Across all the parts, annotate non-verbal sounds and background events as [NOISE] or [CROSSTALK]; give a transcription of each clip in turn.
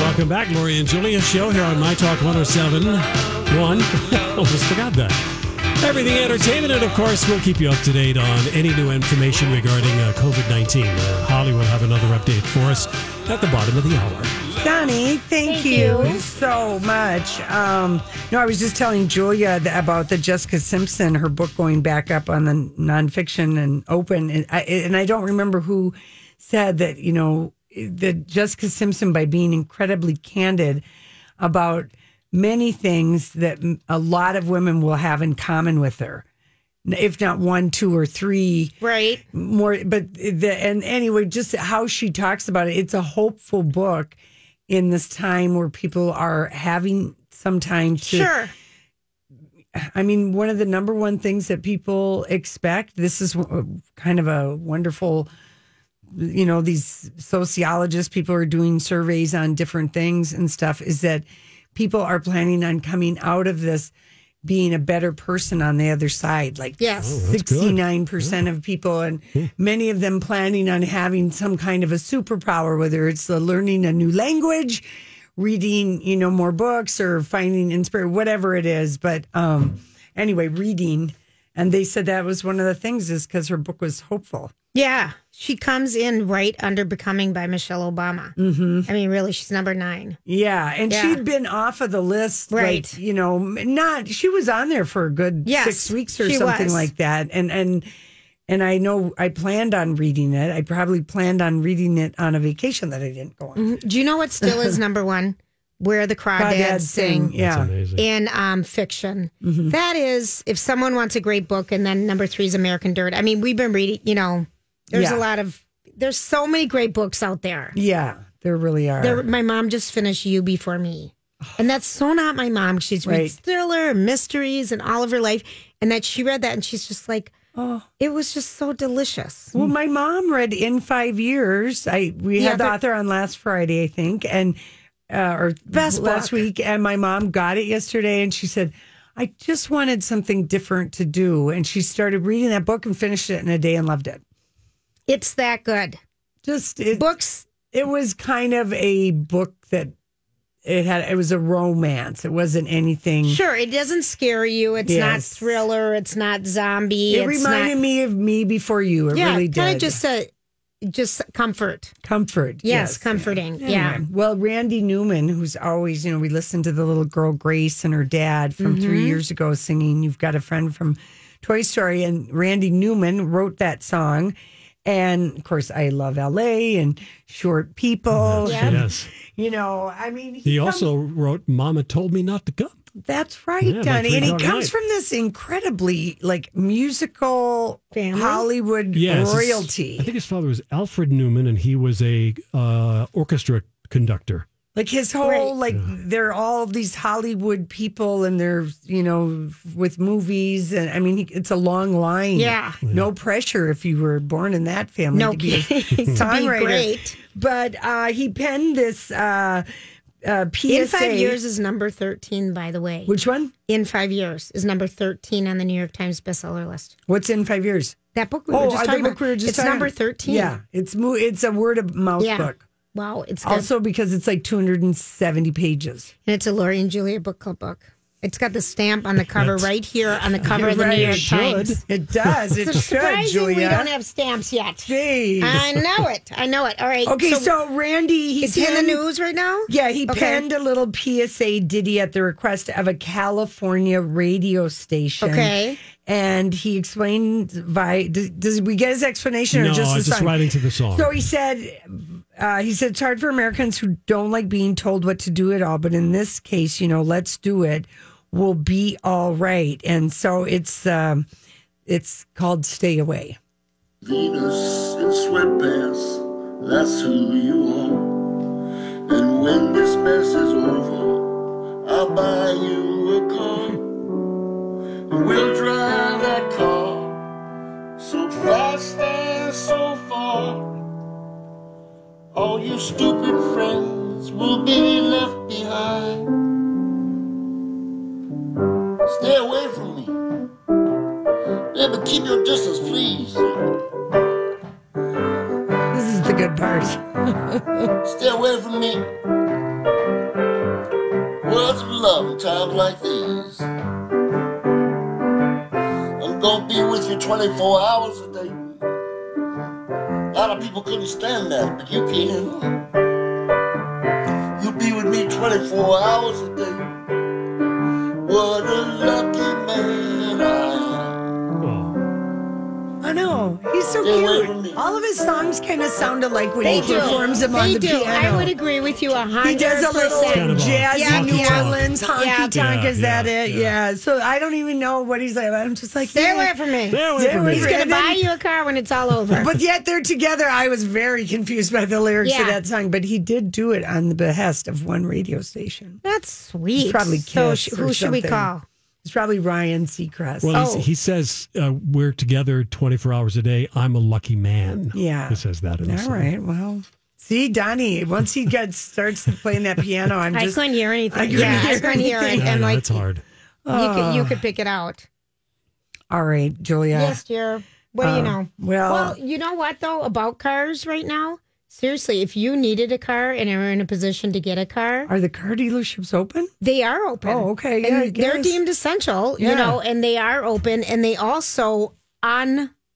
Welcome back, Lori and Julia show here on My Talk 107. One, [LAUGHS] almost forgot that. Everything entertainment, and of course, we'll keep you up to date on any new information regarding uh, COVID 19. Uh, Holly will have another update for us at the bottom of the hour. Donnie, thank, Thank you, you. so much. Um, no, I was just telling Julia th- about the Jessica Simpson, her book going back up on the nonfiction and open, and I, and I don't remember who said that. You know, that Jessica Simpson, by being incredibly candid about many things that m- a lot of women will have in common with her, if not one, two, or three Right. more but the and anyway just how she talks about it it's a hopeful book in this time where people are having some time to Sure. i mean one of the number one things that people expect this is w- kind of a wonderful you know these sociologists people are doing surveys on different things and stuff is that people are planning on coming out of this being a better person on the other side like Yes. Oh, That's good. Hmm. 69% of people, and many of them planning on having some kind of a superpower, whether it's the learning a new language, reading, you know, more books or finding inspiration, whatever it is. But um, anyway, reading. And they said that was one of the things is because her book was hopeful. Yeah. She comes in right under Becoming by Michelle Obama. Mm-hmm. I mean, really, she's number nine. Yeah. And Yeah. she'd been off of the list. like, Right. you know, m- not, she was on there for a good Yes, six weeks or she something was. like that. And, and, and I know I planned on reading it. I probably planned on reading it on a vacation that I didn't go on. Mm, Do you know what still [LAUGHS] is number one? Where the Crawdads, Crawdads Sing. Sing, Yeah. That's amazing. in um, fiction. That is, if someone wants a great book, and then number three is American Dirt. I mean, we've been reading. You know, there's Yeah. a lot of there's so many great books out there. Yeah, there really are. There, my mom just finished You Before Me, and that's so not my mom. She's Right. read thriller, mysteries, and all of her life, and that she read that, and she's just like, Oh. it was just so delicious. well, my mom read in five years. I we Hmm. Yeah, had the but- author on last Friday, I think, and uh, or Best last book. week. And my mom got it yesterday, and she said, "I just wanted something different to do." And she started reading that book and finished it in a day and loved it. It's that good. Just it, Books, it was kind of a book that it had. It was a romance. It wasn't anything. sure, it doesn't scare you. It's not Yes. thriller. It's not zombie. It it's reminded not, me of me before you. It really did. kind of just a just comfort. comfort. Yes, comforting. Yeah. Well, Randy Newman, who's always, you know, we listened to the little girl Grace and her dad from Mm-hmm. three years ago singing You've Got a Friend from Toy Story. And Randy Newman wrote that song. And of course, I love LA and Short People. Yeah. Yes. You know, I mean, He comes- also wrote Mama Told Me Not to Come. that's right, Yeah, like Donnie. and Three he Dog comes Night. from this incredibly like musical Family? Hollywood Yes. I royalty. think his father was Alfred Newman, and he was a uh, orchestra conductor. Like his whole Right. like they're all these Hollywood people and they're you know with movies and I mean he- it's a long line. Yeah. No pressure if you were born in that family No to be a kidding. [LAUGHS] To be songwriter. great. [LAUGHS] But uh, he penned this uh, uh, PSA. In five years is number thirteen, by the way. Which one? in five years is number thirteen on the New York Times bestseller list. What's in five years? That book we were just the talking Oh, book about. we were just it's talking number about. 13. Yeah, it's mo- it's a word of mouth Yeah. book. Wow. It's good. Also, because it's like 270 pages. And it's a Laurie and Julia book club book. It's got the stamp on the cover right here on the cover of the Right, New it York should. Times. It does. [LAUGHS] It It's should, surprising we don't Julia. have stamps yet. Jeez. I know it. I know it. All right. Okay, so, Randy, he's is he in the news right now? Yeah, he Okay. penned a little PSA ditty at the request of a California radio station. Okay. And he explained why. Does, does we get his explanation No, or just I the was just song? writing to the song. So he said, uh, he said, it's hard for Americans who don't like being told what to do at all. But in this case, you know, let's do it. We'll be all right. And so it's um, it's called Stay Away. Venus in sweatpants, that's who you are. And when this mess is over, I'll buy you a car. And we'll drive that car so fast and so far. All your stupid friends will be left behind. Stay away from me. Yeah, but keep your distance, please. This is the good part. Stay away from me. Words of love in times like these. I'm gonna be with you 24 hours a day. A lot of people couldn't stand that, but you can. You'll be with me 24 hours a day. What a lucky man I am. Oh, I know. He's so Stay away from cute. me. All of his songs kind of sound alike when They he do. performs them on They the do. piano. I would agree with you a hundred. He does a little percent. Kind of a jazz honky New tonk. Orleans honky Yeah. tonk. Yeah, is yeah, that it? yeah. Yeah. So I don't even know what he's like. I'm just like, Stay yeah. away from me. Stay away Stay from away me. He's from- gonna And then- buy you a car when it's all over. But yet they're together. I was very confused by the lyrics Yeah. of that song, but he did do it on the behest of one radio station. That's sweet. Probably so. Kiss sh- or who should we something. call? It's probably Ryan Seacrest. Well, Oh. he's, he says uh, we're together 24 hours a day. I'm a lucky man. Yeah. He says that in the All song. right. Well, see, Donnie, once he gets starts playing that piano, I'm I just. couldn't hear anything. I couldn't yeah, hear Oh. I couldn't hear it. Yeah, I And know, like it's hard. you could you could pick it out. All right, Julia. Um, Yes, dear. What Uh, do you know? well- well, you know what though about cars right now. Seriously, if you needed a car and are in a position to get a car, Are the car dealerships open? They are open. Oh, okay. And Yeah, I they're guess. deemed essential, Yeah. you know, and they are open and they also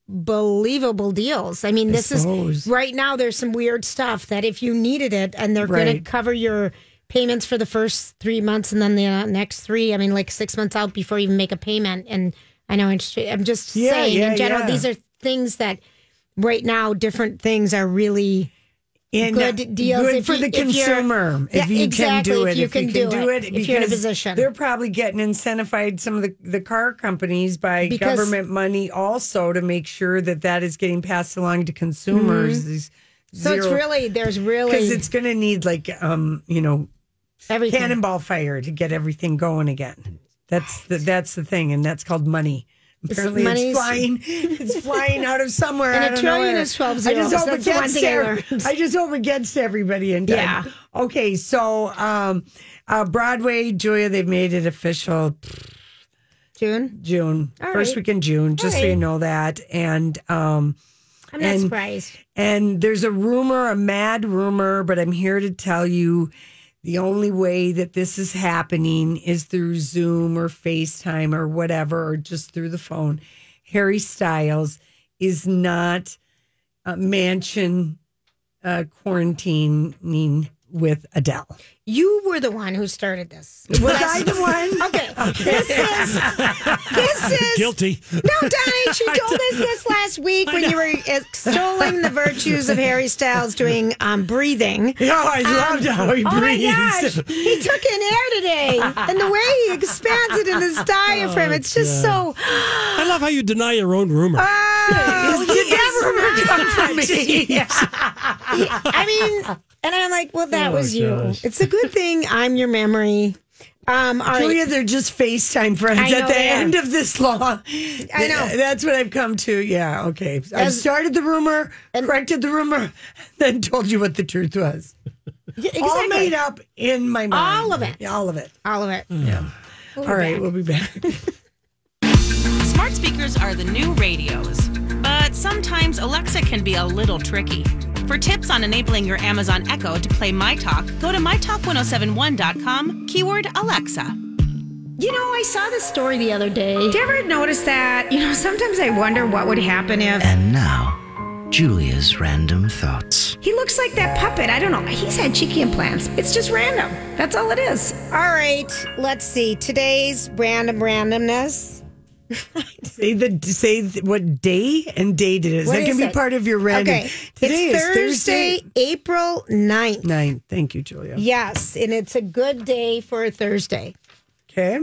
unbelievable deals. I mean, this suppose. is right now there's some weird stuff that if you needed it and they're going Right. to cover your payments for the first 3 months and then the uh, next 3, I mean like 6 months out before you even make a payment and I know interest rate- I'm just Yeah, saying yeah, in general yeah. these are things that right now different things are really And Good deals good if for you- the if you're- consumer if Yeah, you exactly, can do it. if you can do it, if you're in a because position. they're probably getting incentivized some of the, the car companies by Because- government money also to make sure that that is getting passed along to consumers. These Mm-hmm. so it's zero- really there's really because it's going to need like um you know everything. cannonball fire to get everything going again. That's the that's the thing, and that's called money. Apparently, it's, money's- flying. It's flying out of somewhere. And I a don't trillion know is 12 I just zeros. hope That's it the one gets thing I there. learned. I just hope it gets to everybody in time. Yeah. Okay, so um, uh, Broadway, Julia, they've made it official. June. June All first right. week in June, just so right. you know that. And um, I'm not And- surprised. and there's a rumor, a mad rumor, but I'm here to tell you the only way that this is happening is through Zoom or FaceTime or whatever, or just through the phone. Harry Styles is not uh, mansion uh, quarantining with Adele. [LAUGHS] You were the one who started this. Was I the one? [LAUGHS] Okay. This is this [LAUGHS] is [LAUGHS] Guilty. No, Donnie, she told us this last week when you were extolling the virtues of Harry Styles doing um, breathing. No, I loved how he Oh my breathes. gosh, he took in air today, and the way he expands it in his diaphragm, it's just so. I love how you deny your own rumor. Uh, Oh, he is Never come not. [LAUGHS] from me. I mean, and I'm like, well, that Oh, was you. gosh. It's a good thing I'm your memory. Um, all right. Julia, they're just FaceTime friends I at know the they are. end of this law. I know. That's what I've come to. Yeah, okay. I As- started the rumor, corrected the rumor, [LAUGHS] then told you what the truth was. exactly. All made up in my mind. All of it. Yeah, all of it. All of it. All right, we'll be back. [LAUGHS] Smart speakers are the new radios, but but sometimes Alexa can be a little tricky. For tips on enabling your Amazon Echo to play My Talk, oh go to mytalk1071.com, keyword Alexa. You know, I saw this story the other day. Did you ever notice that? You know, sometimes I wonder what would happen if And now, Julia's random thoughts. he looks like that puppet. I don't know. He's had cheeky implants. It's just random. That's all it is. All right, let's see. Today's random randomness. Say the say th- what day and day did it. is. What that can is be it? part of your random. Okay. Today is it's Thursday, Thursday. April 9th. Nine. Thank you, Julia. Yes, and it's a good day for a Thursday. Okay.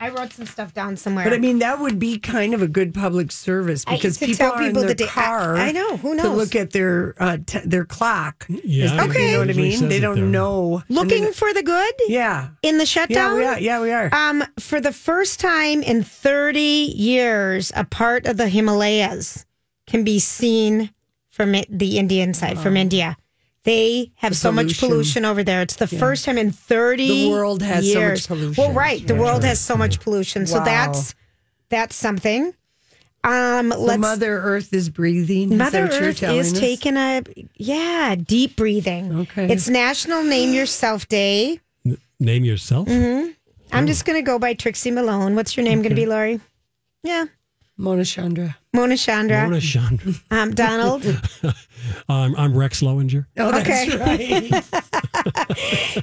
I wrote some stuff down somewhere. But I mean, that would be kind of a good public service I- because to people tell are in people their the day- I- car. I know, who To knows? look at their uh, t- their clock. Yeah, Is- Okay. You know what I usually mean? says They it there. don't know. and they looking don't- for the good Yeah. in the Yeah, shutdown. we are. Yeah, we are. Um, for the first time in 30 years, a part of the Himalayas can be seen from it, the Indian side, from India. They have so Oh. much pollution. pollution over there. It's the first time in 30 The world has so much years. pollution. Well, right. The world has so much pollution. So Wow. that's that's something. Um, So let's Mother Earth is breathing. Is Mother that what you're Earth telling is us? taking a yeah, deep breathing. Okay. It's National Name Yourself Day. Name yourself. Hmm. I'm just going to go by Trixie Malone. What's your name going to be, Lori? Yeah, Mona Chandra. Mona Chandra. Mona Chandra. Um, Donald. I'm, I'm Rex Lowinger. Oh, [LAUGHS] that's Okay. [LAUGHS] right.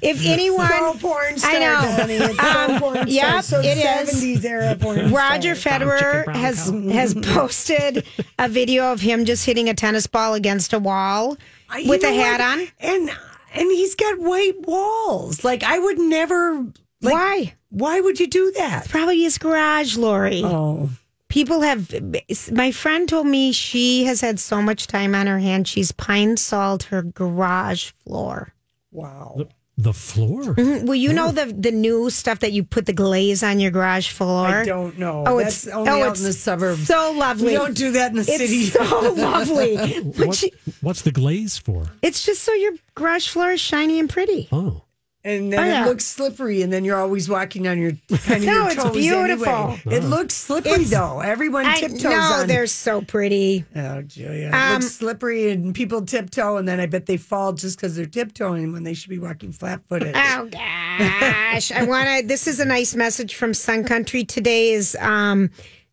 if anyone, so porn star, I know. Bonnie. It's so Um, porn star. yep, so it is. 70s era porn Roger star. Federer brown has [LAUGHS] has posted a video of him just hitting a tennis ball against a wall I- you with a know hat what? on. and and he's got white walls. Like I would never. Like, Why? Why would you do that? Probably his garage, Lori. Oh, People have. My friend told me she has had so much time on her hands. She's pine sawed her garage floor. wow. The floor. Mm-hmm. Well, you know the the new stuff that you put the glaze on your garage floor. I don't know. Oh, That's it's only oh, out it's in the suburbs. So lovely. We don't do that in the it's city. [LAUGHS] so lovely. But What, you- what's the glaze for? it's just so your garage floor is shiny and pretty. Oh, and then Oh, yeah. it looks slippery, and then you're always walking on [LAUGHS] your kind of No, your it's toes beautiful. Anyway. It looks slippery though. Everyone I tiptoes know on. they're so pretty. oh, Julia, it Um, looks slippery, and people tiptoe, and then I bet they fall just because they're tiptoeing when they should be walking flat footed. Oh gosh, I want to. This is a nice message from Sun Country today. Is um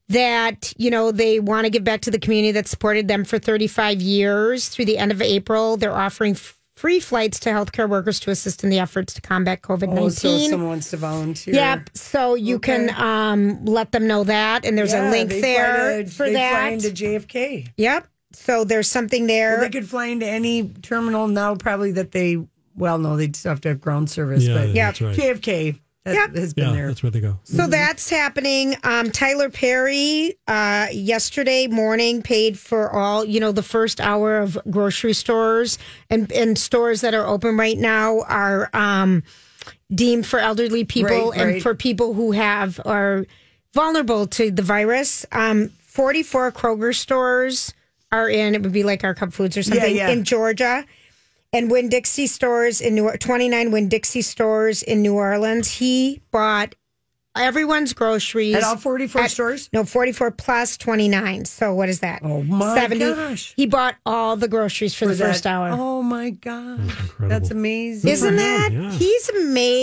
that you know they want to give back to the community that supported them for 35 years through the end of April. They're offering. f- Free flights to healthcare workers to assist in the efforts to combat COVID 19. Oh, so if someone wants to volunteer. Yep. So you can um, let them know that, and there's Yeah, a link they there fly to- for they that. Fly into JFK. yep. So there's something there. Well, they could fly into any terminal now, probably that they. Well, no, they'd still have to have ground service. yeah, but that's right. JFK that Yep. has been Yeah, there. that's where they go. so that's happening. Um, Tyler Perry uh, yesterday morning paid for all you know the first hour of grocery stores and and stores that are open right now are um, deemed for elderly people Right, and right. for people who have are vulnerable to the virus. Um, 44 Kroger stores are in. It would be like our Cub Foods or something yeah. in Georgia. And Winn Dixie stores in New 29 Winn Dixie stores in New Orleans. He bought everyone's groceries At all 44 stores? No, 44 plus 29. So what is that? Oh, my gosh. He bought all the groceries for, the that- first hour. Oh my god, incredible. that's amazing! Isn't that? yeah. He's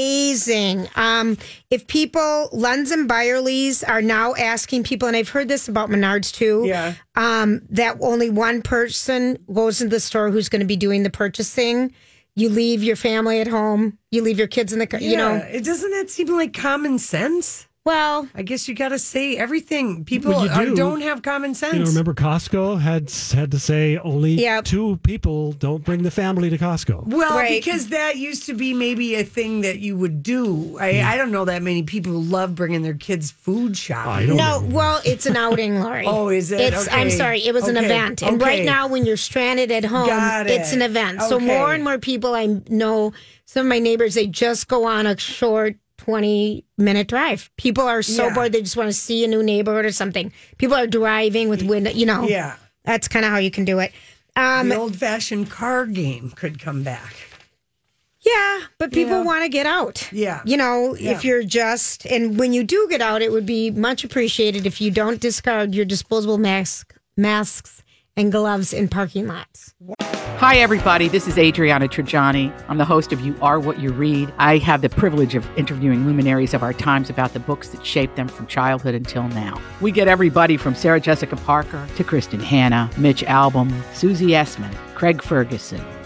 amazing. Um, if people, Lunds and Byerly's are now asking people, and I've heard this about Menards too, Yeah. um, that only one person goes into the store who's going to be doing the purchasing. You leave your family at home, you leave your kids in the car, you Yeah, know. it doesn't that seem like common sense? Well, I guess you got to say everything. People Well, you are- do. don't have common sense. You know, remember Costco had had to say only Yep. two people don't bring the family to Costco. Well, Right. because that used to be maybe a thing that you would do. I, Hmm. I don't know that many people who love bringing their kids food I shopping. don't no, know. well, it's an outing, Lori. Oh, is it? It's, I'm Okay. sorry, it was an Okay. event. And right Okay. now, when you're stranded at home, Got it's it. an event. So Okay. more and more people I know, some of my neighbors, they just go on a short 20 minute drive. People are so Yeah. bored, they just want to see a new neighborhood or something. People are driving with window, you know. Yeah, That's kind of how you can do it. Um, the old-fashioned car game could come back. Yeah, but people Yeah. want to get out. Yeah. You know, Yeah. if you're just, and when you do get out, it would be much appreciated if you don't discard your disposable mask masks, and gloves in parking lots. Hi, everybody. This is Adriana Trajani. I'm the host of You Are What You Read. I have the privilege of interviewing luminaries of our times about the books that shaped them from childhood until now. We get everybody from Sarah Jessica Parker to Kristen Hanna, Mitch Albom, Susie Essman, Craig Ferguson,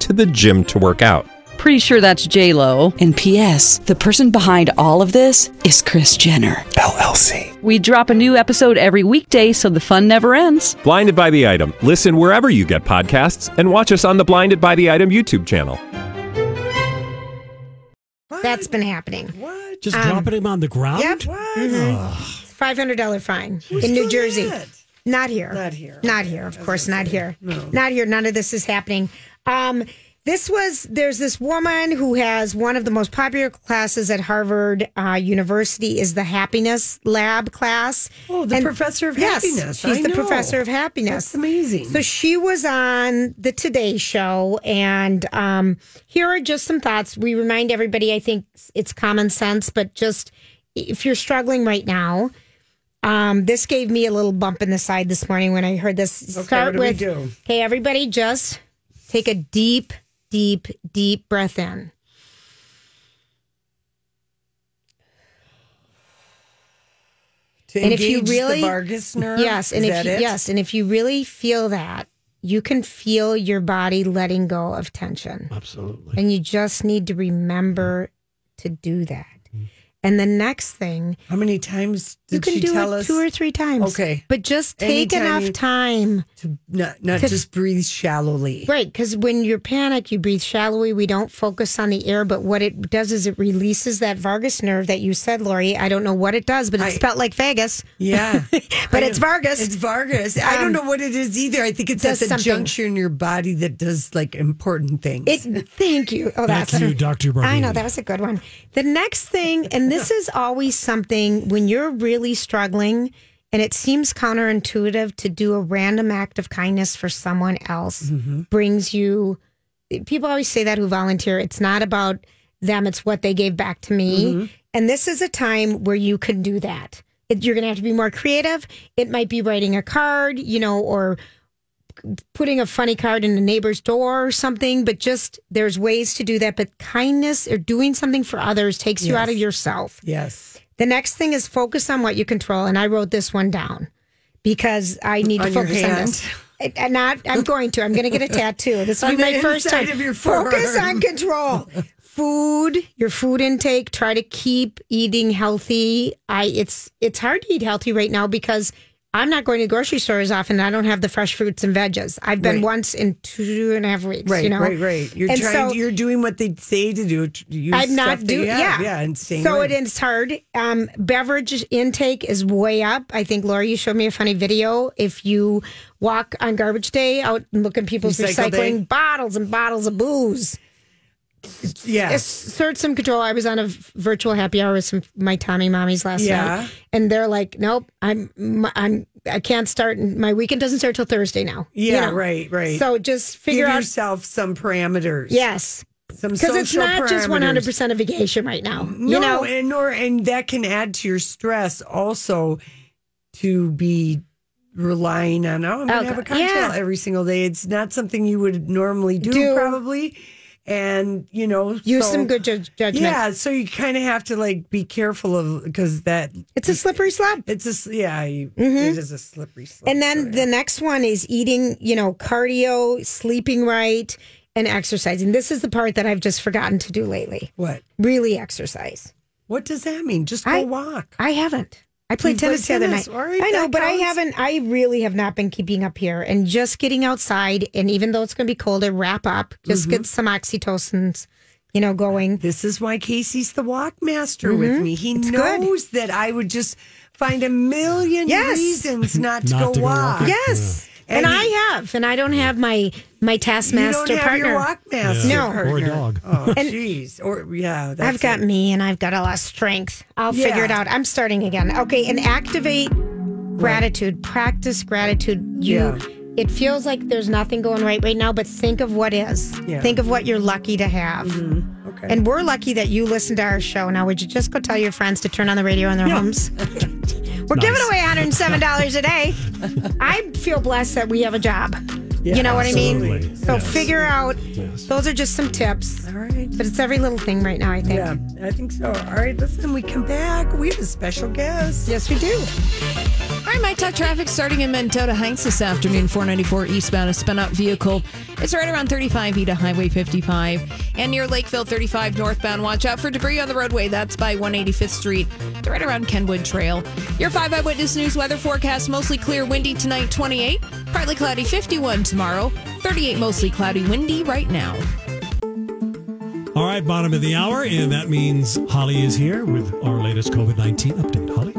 to the gym to work out. Pretty sure that's J Lo. And P.S. The person behind all of this is Chris Jenner LLC. We drop a new episode every weekday, so the fun never ends. Blinded by the item. Listen wherever you get podcasts, and watch us on the Blinded by the Item YouTube channel. What? That's been happening. What? Just Um, dropping him on the ground? Yep. What? Ugh. Five hundred dollar fine Who's in New doing Jersey. that? Not here. Not here. Not here. Of course, not here. No. Not here. None of this is happening. Um, this was there's this woman who has one of the most popular classes at Harvard uh, University is the Happiness Lab class. Oh, the And- professor of yes, happiness. She's I the know. professor of happiness. That's amazing. So she was on the Today Show, and um, here are just some thoughts. We remind everybody, I think it's common sense, but just if you're struggling right now, um, this gave me a little bump in the side this morning when I heard this. Okay, what do we do? Hey, everybody, just take a deep, deep, deep breath in. to and if you engage the really- Vargas nerve. Yes, and Is if that you, it? yes, and if you really feel that, you can feel your body letting go of tension. Absolutely. And you just need to remember to do that. And the next thing, How many times you did can she do tell it us two or three times. Okay. But just take Anytime enough you- time. to not, not to- just breathe shallowly? Right. Because when you're panicked, you breathe shallowly. We don't focus on the air. But what it does is it releases that Vargas nerve that you said, Lori. I don't know what it does, but it's I- felt like Vegas. Yeah. [LAUGHS] But I it's know. Vargas. It's Vargas. I Um, don't know what it is either. I think it's at does the something. juncture in your body that does like important things. It, thank you. Oh, Thank that's you, Dr. I know Barbini. that was a good one. The next thing, and this is always something when you're really struggling, and it seems counterintuitive to do a random act of kindness for someone else brings you. People always say that who volunteer. It's not about them; it's what they gave back to me. And this is a time where you can do that. It- You're going to have to be more creative. It might be writing a card, you know, or putting a funny card in a neighbor's door or something, but just there's ways to do that. But kindness or doing something for others takes you out of yourself. yes. The next thing is focus on what you control. And I wrote this one down because I need On to your focus on this. I- I'm not. I'm going to. I'm going to get a tattoo. This will [LAUGHS] On be my the first inside time. of your focus forearm. on control. Food, your food intake. Try to keep eating healthy. I. It's it's hard to eat healthy right now because I'm not going to grocery stores often. I don't have the fresh fruits and veggies. I've been Right. once in two and a half weeks. Right, you know? right, right. You're And trying. so- you're doing what they say to do. to Use I'm not stuff doing That you yeah. have. yeah, and staying so away. it is hard. Um, beverage intake is way up. I think Laura, you showed me a funny video. If you walk on garbage day out and look at people's Recycle day. recycling bottles and bottles of booze, Yeah, assert some control. I was on a v- virtual happy hour with some my Tommy mommies last Yeah. night, and they're like, "Nope, I'm m- I'm I can't start. My weekend doesn't start till Thursday now." You yeah. know? Right, right. So just figure give out. yourself some parameters. Yes, some because it's social not just parameters. one hundred percent of vacation right now. No, you know, and nor and that can add to your stress also to be relying on oh I'm gonna Oh, have a God, cocktail yeah. every single day. It's not something you would normally do, Do. probably. And you know use so- some good ju- judgment. Yeah, so you kind of have to like be careful of because that It's a slippery slope. it's a s- yeah you, it is a slippery slope. Mm-hmm. And so, then yeah. the next one is eating, you know, cardio, sleeping right, and exercising. This is the part that I've just forgotten to do lately. what Really exercise. what does that mean? Just go I- walk. I haven't. I played You played tennis the other tennis. night. All right, I know, that but I counts. haven't. I really have not been keeping up here, and just getting outside. And even though it's going to be colder, wrap up. Just Mm-hmm. get some oxytocins, you know, going. This is why Casey's the walk master with Mm-hmm. me. He knows that I would just find a million Yes. reasons not [LAUGHS] to Not go to go walk. walking. Yes. And And I have, and I don't have my my taskmaster you don't have partner. your Walkmaster no, partner. Oh, [LAUGHS] And- jeez. Or yeah, that's I've got me, and I've got a lot of strength. I'll Yeah. figure it out. I'm starting again. Okay, and activate gratitude. Practice gratitude. You. Yeah. It feels like there's nothing going right right now, but think of what is. Yeah. Mm-hmm. Think of what you're lucky to have. Okay. And we're lucky that you listen to our show. Now, would you just go tell your friends to turn on the radio in [LAUGHS] their homes? We're giving away $107 a day. I feel blessed that we have a job. Yeah, you know what I absolutely. mean? So Yes. figure out. Yes. Those are just some tips. All right. But it's every little thing right now, I think. Yeah, I think so. All right, listen, we come back. We have a special guest. Yes, we do. All right, my talk traffic starting in Mendota Heights this afternoon, 494 eastbound, a spun out vehicle. It's right around 35 E to Highway 55. And near Lakeville 35 northbound, watch out for debris on the roadway. That's by 185th Street, right around Kenwood Trail. Your 5 Eyewitness News weather forecast mostly clear, windy tonight, 28, partly cloudy, 51 tomorrow, 38 mostly cloudy, windy right now. All right, bottom of the hour, and that means Holly is here with our latest COVID 19 update. Holly?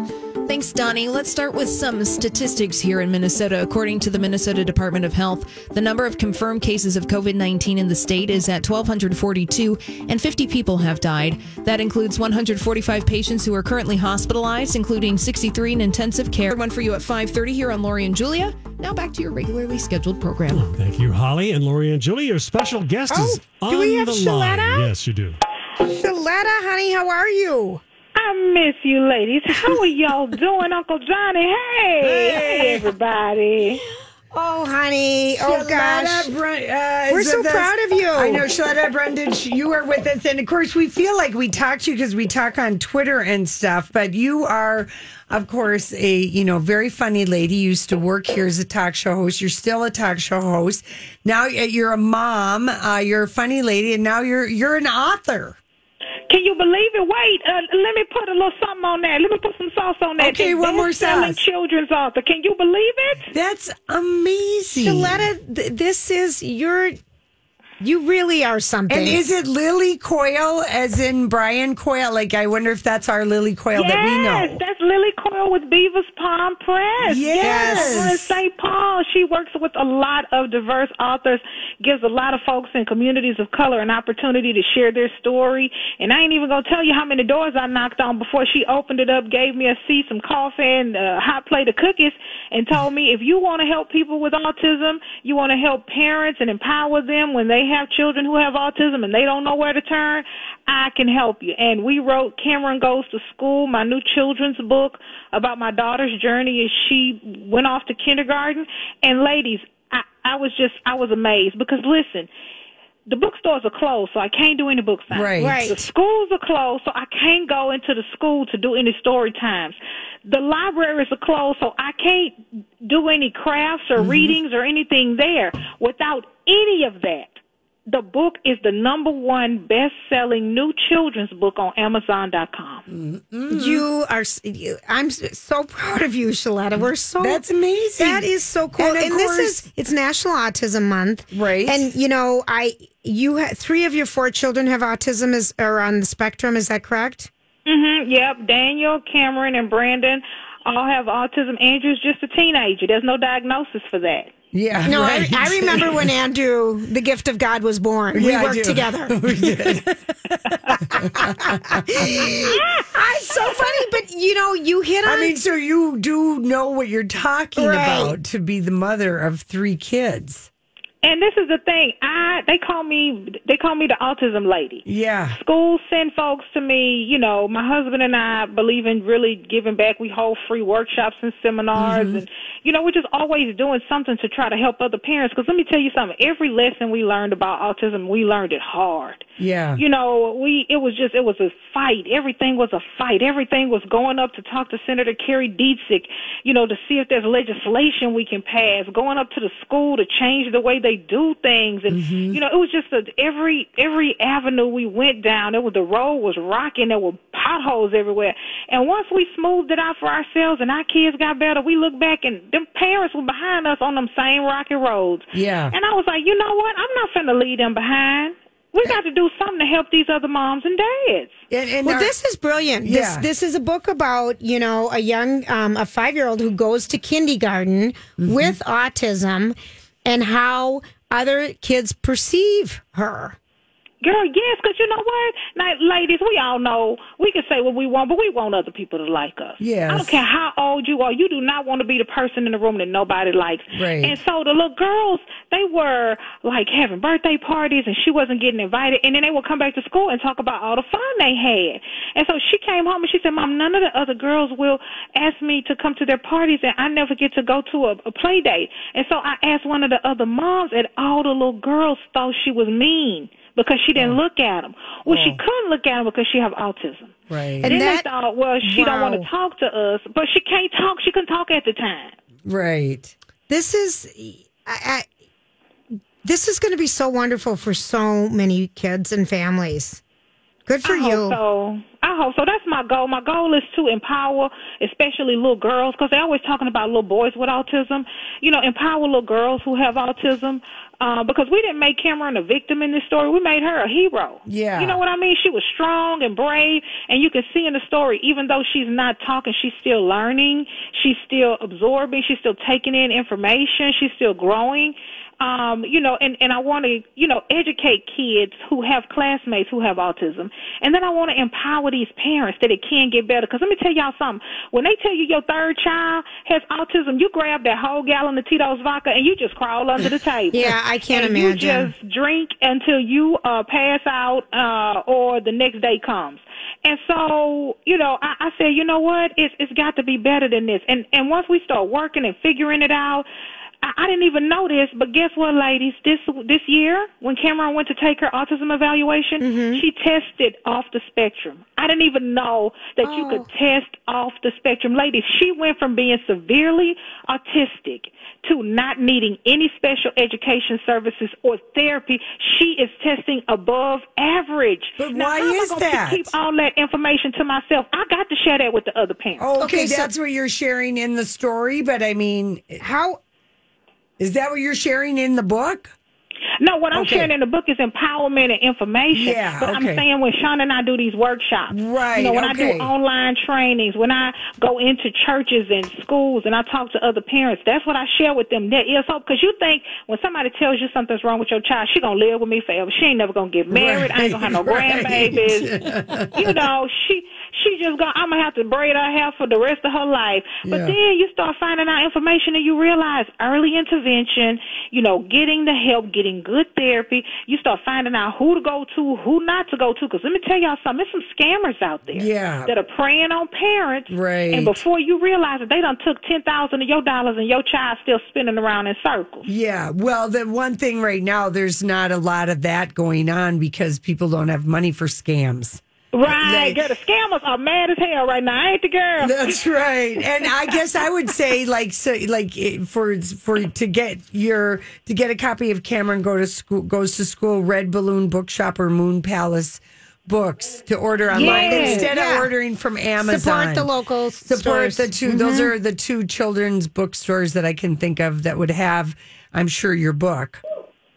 Thanks, Donnie. Let's start with some statistics here in Minnesota. According to the Minnesota Department of Health, the number of confirmed cases of COVID 19 in the state is at 1,242, and 50 people have died. That includes 145 patients who are currently hospitalized, including 63 in intensive care. One for you at 5:30 here on Lori and Julia. Now back to your regularly scheduled program. Thank you, Holly and Lori and Julie. Your special guest is Oh, on do we have the line. Shaletta? Yes, you do. Shaletta, honey, how are you? I miss you, ladies. How are y'all doing, Uncle Johnny? Hey, hey, everybody. Oh, honey. Oh, gosh. We're so proud of you. uh, I know, Shaletta Brendan, sh- you are with us. And of course, we feel like we talk to you because we talk on Twitter and stuff. But you are, of course, a you know very funny lady. You used to work here as a talk show host. You're still a talk show host. Now uh, you're a mom. Uh, you're a funny lady, and now you're you're an author. Can you believe it? Wait, uh, let me put a little something on that. Let me put some sauce on that. Okay, one more selling sauce. children's author. Can you believe it? That's amazing. Shaletta, th- this is your. You really are something. And is it Lily Coyle, as in Brian Coyle? Like, I wonder if that's our Lily Coyle yes, that we know. that's Lily Coyle with Beaver's Palm Press. Yes. Over in St. Paul. She works with a lot of diverse authors, gives a lot of folks in communities of color an opportunity to share their story. And I ain't even going to tell you how many doors I knocked on before she opened it up, gave me a seat, some coffee, and a hot plate of cookies, and told me if you want to help people with autism, you want to help parents and empower them when they have children who have autism and they don't know where to turn, I can help you. And we wrote Cameron Goes to School, my new children's book about my daughter's journey as she went off to kindergarten. And ladies, I, I was just, I was amazed because listen, the bookstores are closed, so I can't do any book signing. Right. Right. The schools are closed, so I can't go into the school to do any story times. The libraries are closed, so I can't do any crafts or readings or anything there. Without any of that, the book is the number one best selling new children's book on Amazon.com. Mm-hmm. You are. s- You, I'm s- so proud of you, Shaletta. We're so. That's amazing. That is so cool. And And, of this course- is it's National Autism Month, Right. And you know, I you ha- three of your four children have autism is are on the spectrum. Is that correct? Mm-hmm. Yep. Daniel, Cameron, and Brandon all have autism. Andrew's just a teenager. There's no diagnosis for that. Yeah. No, right. I, I remember [LAUGHS] when Andrew, the gift of God, was born. Yeah, I we worked do. [LAUGHS] Oh, together. We did. [LAUGHS] I'm so funny, but you know, you hit on. I mean, so you do know what you're talking Right. about to be the mother of three kids. And this is the thing. I they call me they call me the autism lady. Yeah. Schools send folks to me. You know, my husband and I believe in really giving back. We hold free workshops and seminars, and you know, we're just always doing something to try to help other parents. Because let me tell you something. Every lesson we learned about autism, we learned it hard. Yeah. You know, we it was just it was a fight. Everything was a fight. Everything was going up to talk to Senator Kerry Dietzick, you know, to see if there's legislation we can pass. Going up to the school to change the way they do things, and you know, it was just a, every every avenue we went down. It was the road was rocking. There were potholes everywhere. And once we smoothed it out for ourselves, and our kids got better, we look back and them parents were behind us on them same rocky roads. Yeah. And I was like, you know what? I'm not finna leave them behind. We got to do something to help these other moms and dads. well, this is brilliant. This Yeah. this is a book about you know a young um, a five year old who goes to kindergarten Mm-hmm. with autism and how other kids perceive her. Girl, yes, because you know what? Now, ladies, we all know we can say what we want, but we want other people to like us. Yes. I don't care how old you are, you do not want to be the person in the room that nobody likes. Right. And so the little girls, they were like having birthday parties and she wasn't getting invited. And then they would come back to school and talk about all the fun they had. And so she came home and she said, Mom, none of the other girls will ask me to come to their parties and I never get to go to a, a play date. And so I asked one of the other moms and all the little girls thought she was mean because she didn't look at him. Well, she couldn't look at him because she have autism. Right. And then they thought, well, she don't Wow. want to talk to us, but she can't talk. She couldn't talk at the time. Right. This is I, I, this is going to be so wonderful for so many kids and families. Good for I you. Hope so I hope so. That's my goal. My goal is to empower, especially little girls, because they're always talking about little boys with autism. You know, empower little girls who have autism. Uh, because we didn't make Cameron a victim in this story, we made her a hero. Yeah. you know what I mean. She was strong and brave, and you can see in the story, even though she's not talking, she's still learning, she's still absorbing, she's still taking in information, she's still growing. Um, you know, and, and I want to, you know, educate kids who have classmates who have autism. And then I want to empower these parents that it can get better. Because let me tell y'all something. When they tell you your third child has autism, you grab that whole gallon of Tito's vodka and you just crawl under the table. Yeah, I can't And You imagine. just drink until you uh, pass out uh, or the next day comes. And so, you know, I, I said, you know what? It's it's got to be better than this. And and once we start working and figuring it out, I, I didn't even know this, but guess what, ladies? This this year, when Cameron went to take her autism evaluation, Mm-hmm. she tested off the spectrum. I didn't even know that you Oh. could test off the spectrum, ladies. She went from being severely autistic to not needing any special education services or therapy. She is testing above average. But why is that? Keep all that information to myself. I got to share that with the other parents. Oh, Okay, that's what you're sharing in the story, but I mean, how is that what you're sharing in the book? No, what I'm Okay. sharing in the book is empowerment and information. Yeah, but okay. I'm saying when Sean and I do these workshops, Right, You know, when I okay. do online trainings, when I go into churches and schools, and I talk to other parents, that's what I share with them. There is hope because you think when somebody tells you something's wrong with your child, she gonna live with me forever. She ain't never gonna get married. I ain't gonna have [LAUGHS] no Right, right. grandbabies. you know, she she just gonna I'm gonna have to braid her hair for the rest of her life. But Yeah. then then you start finding out information and you realize early intervention, you know, getting the help, getting good therapy. You start finding out who to go to, who not to go to. Because let me tell y'all something, there's some scammers out there Yeah. that are preying on parents. Right. And before you realize it, they done took 10000 of your dollars and your child's still spinning around in circles. Yeah. Well, the one thing right now, there's not a lot of that going on because people don't have money for scams. Right, girl, the scammers are mad as hell right now. I ain't the girl. That's right. And I guess I would say like so like eh, for for to get your to get a copy of Cameron go to school goes to school Red Balloon Bookshop or Moon Palace books to order online Yeah. instead Yeah. of ordering from Support Amazon. the local Support stores. the 2 Those Mhm. are the two children's bookstores that I can think of that would have I'm sure your book.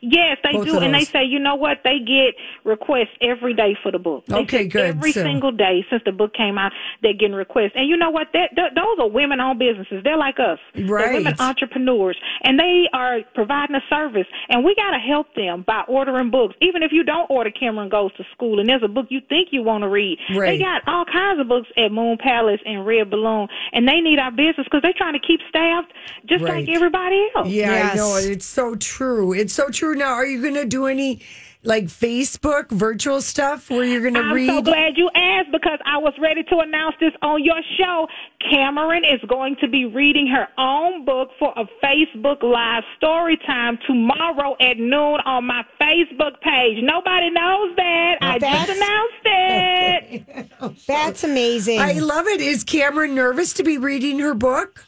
Yes, they Both do, of and they those. say, you know what? They get requests every day for the book. They Okay, say good. Every So- single day since the book came out, they're getting requests, and you know what? That th- those are women-owned businesses. They're like us. Right. They're women entrepreneurs, and they are providing a service, and we got to help them by ordering books. Even if you don't order Cameron Goes to School, and there's a book you think you want to read, Right. they got all kinds of books at Moon Palace and Red Balloon, and they need our business because they're trying to keep staffed just like Right. everybody else. Yeah, I know. It's so true. It's so true. Now, are you going to do any like Facebook virtual stuff where you're going to I'm read? so glad you asked because I was ready to announce this on your show. Cameron is going to be reading her own book for a Facebook Live story time tomorrow at noon on my Facebook page. Nobody knows that. I just announced it. That's amazing. I love it. Is Cameron nervous to be reading her book?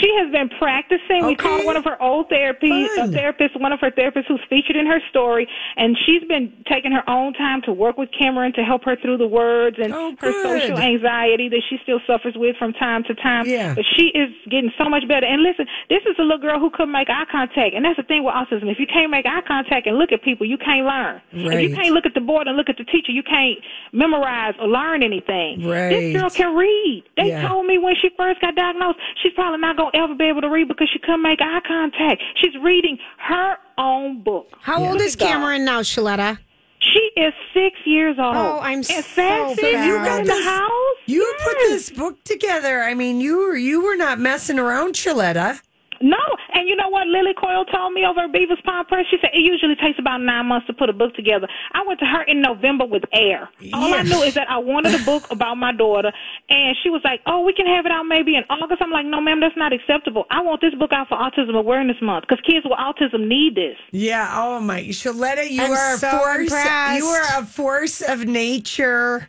She has been practicing. We called one of her old therapy uh, therapists, one of her therapists who's featured in her story, and she's been taking her own time to work with Cameron to help her through the words and Oh, her social anxiety that she still suffers with from time to time. Yeah. But she is getting so much better. And listen, this is a little girl who couldn't make eye contact, and that's the thing with autism. If you can't make eye contact and look at people, you can't learn. If you Right. can't look at the board and look at the teacher, you can't memorize or learn anything. This girl Right. can read. They Yeah. told me when she first got diagnosed, she's probably not going to ever be able to read because she couldn't make eye contact. She's reading her own book. How old is Cameron now, Shaletta? She is six years old. Oh, I'm so Sassy, you got proud. the house? You put this book together. I mean, you were you were not messing around, Chiletta. No, and you know what Lily Coyle told me over at Beaver's Palm Press? She said it usually takes about nine months to put a book together. I went to her in November with air. All I Yeah. knew is that I wanted a book about my daughter, and she was like, oh, we can have it out maybe in August. I'm like, no, ma'am, that's not acceptable. I want this book out for Autism Awareness Month because kids with autism need this. Yeah. Oh my, Shaletta, you I'm are so a force. impressed. You are a force of nature.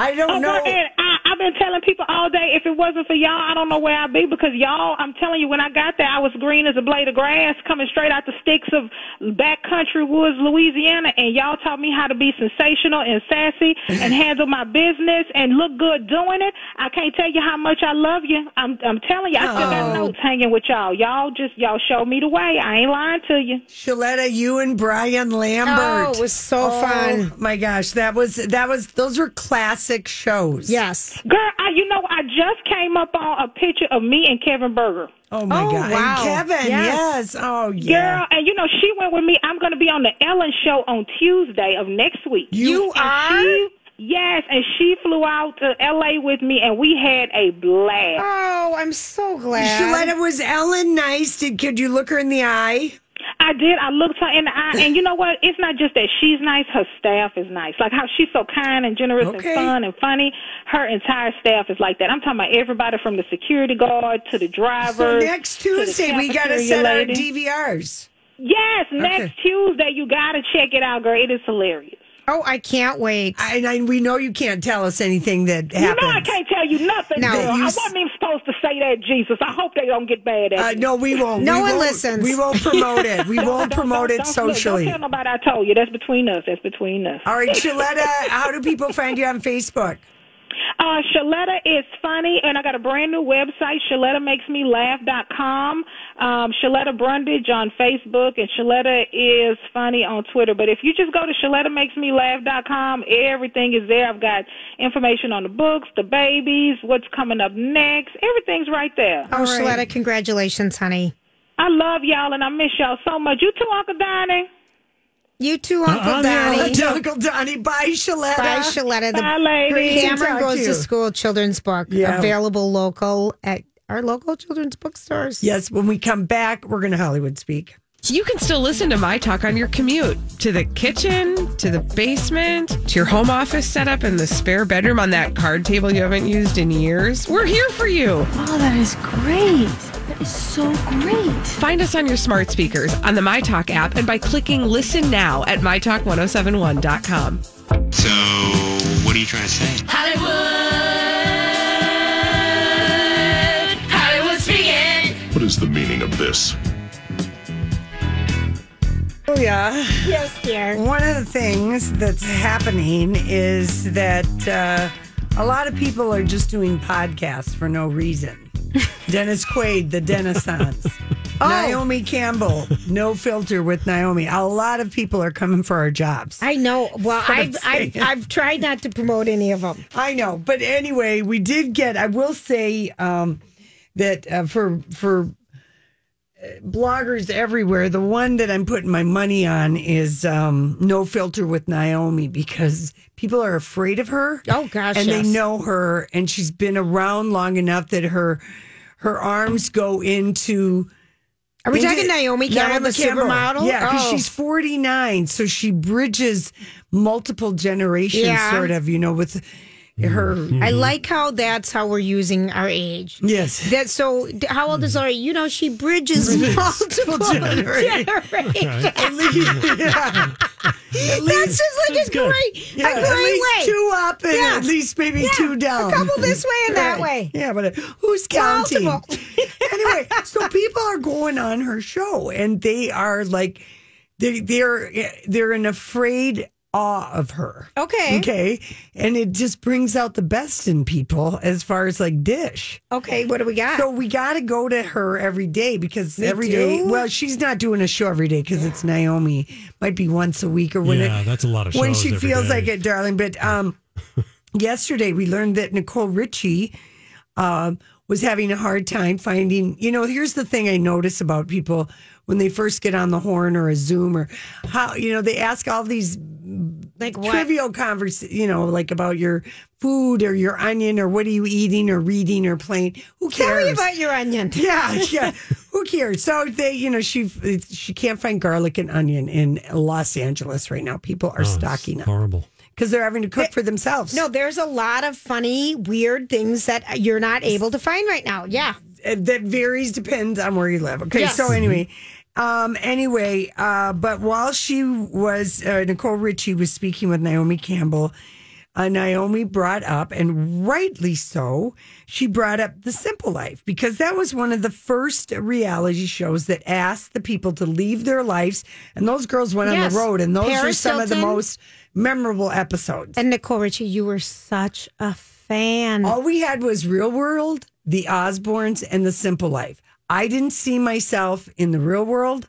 I don't Oh, know. go ahead. I, I've been telling people all day if it wasn't for y'all, I don't know where I'd be because y'all, I'm telling you, when I got there, I was green as a blade of grass coming straight out the sticks of backcountry woods, Louisiana, and y'all taught me how to be sensational and sassy and handle my business and look good doing it. I can't tell you how much I love you. I'm, I'm telling you, I still got Oh. notes hanging with y'all. Y'all just, y'all showed me the way. I ain't lying to you. Shaletta, you and Brian Lambert. Oh, it was so Oh, fun. My gosh, that was that was those were classic shows. Yes. Girl, I, you know, I just came up on a picture of me and Kevin Berger. Oh my God. And Kevin, yes. Oh yeah. Girl, and you know, she went with me. I'm going to be on the Ellen show on Tuesday of next week. You and are? She, yes, and she flew out to LA with me, and we had a blast. Oh, I'm so glad. Shaletta was Ellen nice. Did could you look her in the eye? I did. I looked her in the eye, and you know what? It's not just that she's nice; her staff is nice. Like how she's so kind and generous Okay. and fun and funny. Her entire staff is like that. I'm talking about everybody from the security guard to the So driver. next Tuesday we got to set our DVRs. Yes, next Tuesday you got to check it out, girl. It is hilarious. Oh, I can't wait. and I, we know you can't tell us anything that You happened. know I can't tell you nothing. No. girl. You I s- wasn't even supposed to say that, Jesus. I hope they don't get mad at Uh, me. no, we won't. No We one won't- listens. we won't promote it. We Don't- [LAUGHS] won't don't- promote it don't- don't- look, socially. Don't tell nobody I told you. That's between us. That's between us. All right, Shaletta, how do people find you on Facebook? Uh, Shaletta is funny, and I got a brand new website, ShalettaMakesMeLaugh.com. Um, Shaletta Brundage on Facebook, and Shaletta is funny on Twitter. But if you just go to ShalettaMakesMeLaugh.com, everything is there. I've got information on the books, the babies, what's coming up next. Everything's right there. Oh, Shaletta, congratulations, honey. I love y'all, and I miss y'all so much. You too, Uncle Donnie. You too, Uh, Uncle I'm Donnie. here. Uncle- Uncle Donnie, Uh-uh, bye, Shaletta. Bye, Shaletta. The Bye, lady. Good to Cameron talk Goes to to, you. School children's book. Yeah. Available local at our local children's bookstores. Yes, when we come back, we're going to Hollywood speak. You can still listen to My Talk on your commute to the kitchen, to the basement, to your home office setup, and the spare bedroom on that card table you haven't used in years. We're here for you. Oh, that is great. That is so great. Find us on your smart speakers, on the My Talk app, and by clicking Listen Now at MyTalk1071.com. So, what are you trying to say? Hollywood. Hollywood speaking. What is the meaning of this? Oh yeah. Yes, dear. One of the things that's happening is that uh, a lot of people are just doing podcasts for no reason. Dennis Quaid, the Denisons. Naomi Campbell, no filter with Naomi. A lot of people are coming for our jobs. I know. Well, That's what I've, I'm I've, saying. I've tried not to promote any of them. I know, but anyway, we did get. I will say um, that uh, for for uh, bloggers everywhere, the one that I'm putting my money on is um, No Filter with Naomi because people are afraid of her. Oh gosh, and they yes. know her, and she's been around long enough that her her arms go into. Are we into- talking Naomi Campbell, the supermodel? Yeah, because Oh. she's 49, so she bridges multiple generations, Yeah. sort of, you know, with her. I like how that's how we're using our age. Yes. That so d- how old is Lori? You know she [LAUGHS] bridges Bridges [LAUGHS] multiple generations. [LAUGHS] generations. At least, yeah. At That's just like That's a good. great, Yeah, a great at least way. two up and Yeah. at least maybe Yeah, two down. A couple this way and that Right. way. Yeah, but uh, who's counting? [LAUGHS] anyway, so people are going on her show, and they are like, they they're eh, they're in afraid awe of her. Okay. okay, and it just brings out the best in people as far as like dish. Okay, what do we got? So we got to go to her every day because We every day. do? Well, she's not doing a show every day because it's Naomi. Might be once a week or when yeah, it, that's a lot of shows when she every feels day. like it, darling. But [LAUGHS] um, yesterday we learned that Nicole Richie um, was having a hard time finding. You know, here's the thing I notice about people when they first get on the horn or a Zoom or how you know they ask all these like what? trivial conversation. You know, like about your food or your onion or what are you eating or reading or playing. Who Tell cares? me [LAUGHS] about your onion. yeah, yeah. Who cares? So they, you know, she she can't find garlic and onion in Los Angeles right now. People are Oh, it's stocking up Horrible. because they're having to cook for themselves. No, there's a lot of funny, weird things that you're not able to find right now. Yeah. It- uh, that varies depends on where you live. Okay, Yes. so anyway, um, anyway, uh, but while she was uh, Nicole Richie was speaking with Naomi Campbell, uh, Naomi brought up, and rightly so, she brought up the Simple Life because that was one of the first reality shows that asked the people to leave their lives, and those girls went on Yes. the road, and those are Paris some of the Hilton. most memorable episodes. And Nicole Richie, you were such a fan. All we had was Real World, The Osbournes, and The Simple Life. I didn't see myself in the real world.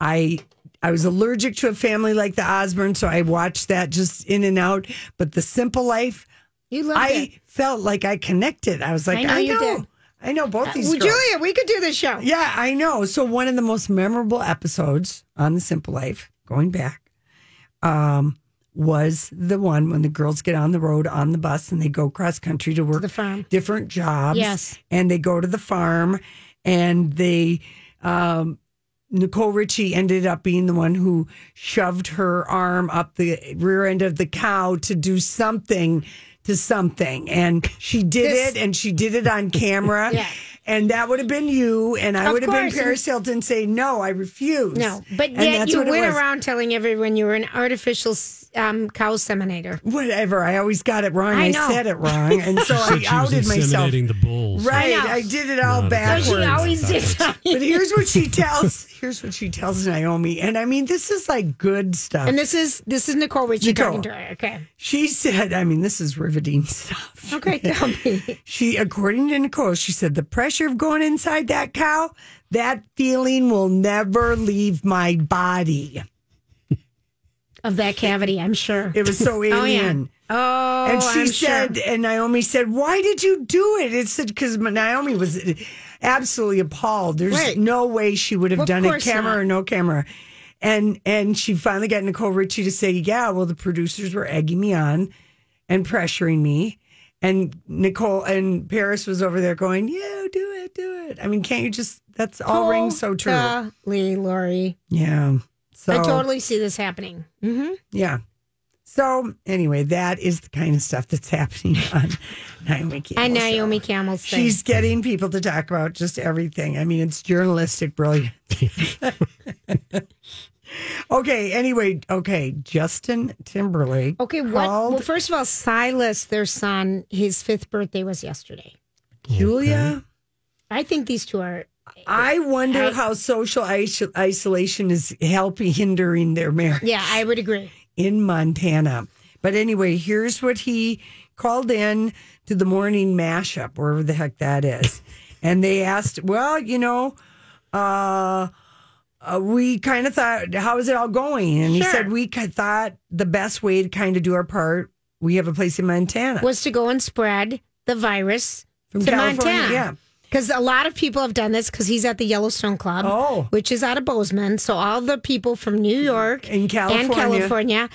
I I was allergic to a family like the Osbournes, so I watched that just in and out. But The Simple Life, you loved I it. felt like I connected. I was like, I I know know, I you know, did. Uh, both these. Well, girls. Julia, we could do this show. Yeah, I know. So one of the most memorable episodes on The Simple Life, going back, um, was the one when the girls get on the road on the bus and they go cross country to work the farm. different jobs. Yes. and they go to the farm, and they. Um, Nicole Richie ended up being the one who shoved her arm up the rear end of the cow to do something to something. And she did This- it and she did it on camera. [LAUGHS] Yeah. And that would have been you. And I Of would have been course. Paris Hilton say, no, I refuse. No, but And yet that's you what it went was. around telling everyone you were an artificial um, cow seminator. Whatever. I always got it wrong. I I, know. said it wrong. And so Said [LAUGHS] I she was outed myself. inseminating the bulls. Right. I know. I did it all Not a backwards. So she always did But here's what she tells. Here's what she tells Naomi, and I mean, this is like good stuff. And this is this is Nicole Richie Nicole. talking to her. Okay. she said, I mean, this is riveting stuff. Okay, tell [LAUGHS] me. She, according to Nicole, she said the pressure of going inside that cow, that feeling will never leave my body. Of that cavity, I'm sure. It was so alien. [LAUGHS] Oh, yeah. Oh, and she I'm sure. said, and Naomi said, "Why did you do it?" It said because Naomi was absolutely appalled. There's Right. no way she would have Well, of done it, course camera not. or no camera. And and she finally got Nicole Richie to say, "Yeah, well, the producers were egging me on and pressuring me." And Nicole and Paris was over there going, "Yeah, do it, do it." I mean, can't you just? That's all rings so true. Holy Lori. Yeah. So I totally see this happening. Mm-hmm. yeah. So anyway, that is the kind of stuff that's [LAUGHS] happening on Naomi Campbell's And show. Naomi Campbell's thing. She's getting people to talk about just everything. I mean, it's journalistic brilliant. [LAUGHS] okay. Anyway, okay. Justin Timberlake. okay, what? called Well, first of all, Silas, their son, his fifth birthday was yesterday. Julia. I think these two are. I wonder I- how social iso- isolation is helping hindering their marriage. Yeah, I would agree. in Montana. But anyway, here's what he called in to the morning mashup, wherever the heck that [LAUGHS] is. And they asked, well, you know, uh, uh, we kind of thought, how is it all going? And he Sure. said, we ki- thought the best way to kind of do our part, we have a place in Montana. Was to go and spread the virus From to California, Montana. yeah. Because a lot of people have done this because he's at the Yellowstone Club, Oh. which is out of Bozeman. So all the people from New York In California. and California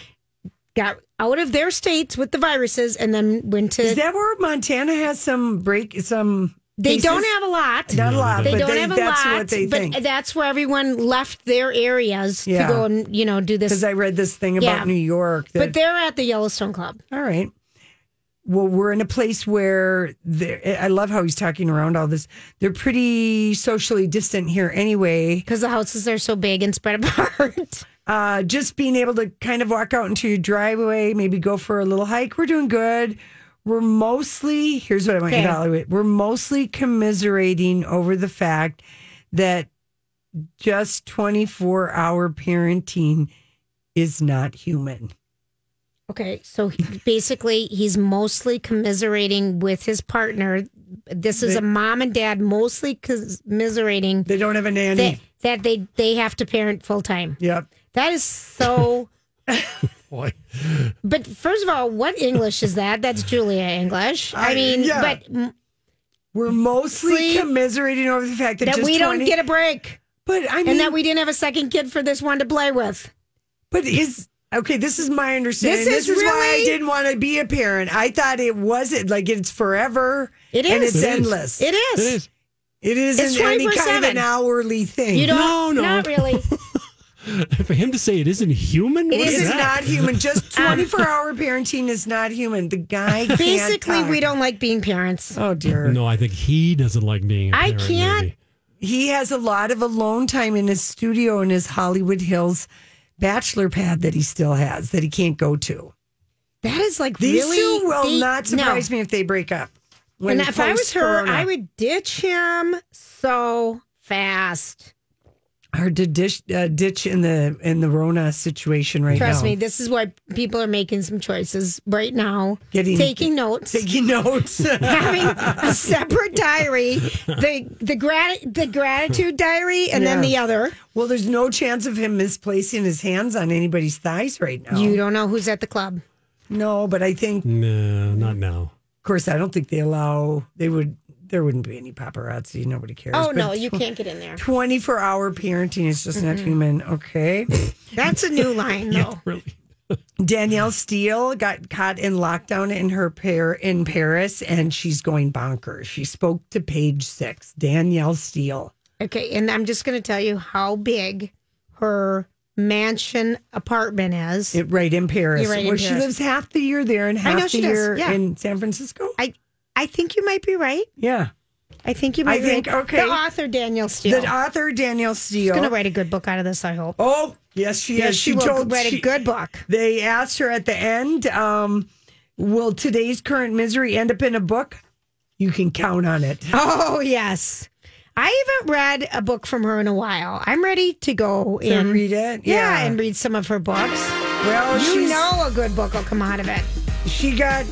got out of their states with the viruses and then went to. Is that where Montana has some break, some. they cases? don't have a lot. Not a lot, They but don't they, have a that's lot, what they but think. that's where everyone left their areas Yeah. to go and you know do Because this. I read this thing about Yeah. New York. That, but they're at the Yellowstone Club. All right. well, we're in a place where they're- I love how he's talking around all this. They're pretty socially distant here anyway. Because the houses are so big and spread [LAUGHS] apart. Uh, just being able to kind of walk out into your driveway, maybe go for a little hike. We're doing good. We're mostly, here's what I want you to Okay. evaluate we're mostly commiserating over the fact that just 24 hour parenting is not human. Okay, so he- basically, he's mostly commiserating with his partner. This is They- a mom and dad mostly commiserating. They don't have a nanny. That, that they they have to parent full time. Yep. That [LAUGHS] is so. Boy. But first of all, what English is that? That's Julia English. I, I- mean, yeah. but mm, We're mostly See? commiserating over the fact that, that just we don't 20 get a break, But I mean, and that we didn't have a second kid for this one to play with. But is okay? This is my understanding. This This is, is why I really- didn't want to be a parent. I thought it wasn't like it's forever. It is. and [LAUGHS] it's It is. endless. It is. It is. It isn't It's any kind of 24/7. an hourly thing. You don't. No, no. [LAUGHS] Not really. [LAUGHS] For him to say it isn't human, It what is is not that? human. Just [LAUGHS] Uh, twenty-four hour parenting is not human. The guy can't Basically, talk. we don't like being parents. Oh dear. No, I think he doesn't like being. a I parent, can't- maybe. He has a lot of alone time in his studio in his Hollywood Hills bachelor pad that he still has that he can't go to. That is like These really. two will they- not no. surprise me if they break up. When and if I was her, post-corona. I would ditch him so fast. hard to dish, uh, ditch in the in the Rona situation right Trust now. me, this is why people are making some choices right now. Getting- taking [LAUGHS] notes, Taking notes. [LAUGHS] [LAUGHS] having a separate diary, the the grat- the gratitude diary, and then the Yeah. other. well, there's no chance of him misplacing his hands on anybody's thighs right now. You don't know who's at the club. no, but I think, of No, not now. course, I don't think they allow. They would. There wouldn't be any paparazzi. Nobody cares. Oh But no, you can't get [LAUGHS] in there. 24 hour parenting is just not human. Okay. That's a new line, though. Really. Danielle Steele got caught in lockdown in her pair in Paris and she's going bonkers. She spoke to page six. Danielle Steele. Okay, and I'm just going to tell you how big her mansion apartment is. It, right in Paris, You're right in where she Paris. lives half the year there and I half know the she does, year yeah. in San Francisco. I I think you might be right. yeah, I think I you might. be think- right. okay. The author Daniel Steele. the author Danielle Steele. She's going to write a good book out of this. I hope. oh, yes, she yes, is. she, will write she- a good book. They asked her at the end, um, "Will today's current misery end up in a book?" You can count on it. Oh yes, I haven't read a book from her in a while. I'm ready to go To and read it, Yeah, and read some of her books. well, you she's- know, a good book will come out of it. she got.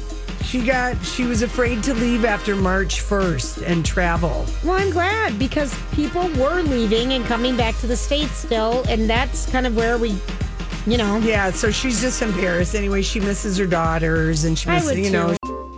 She got. She was afraid to leave after March first and travel. Well, I'm glad because people were leaving and coming back to the states still, and that's kind of where we, you know, Yeah, so she's just in Paris anyway. She misses her daughters, and she I misses, would you know, too.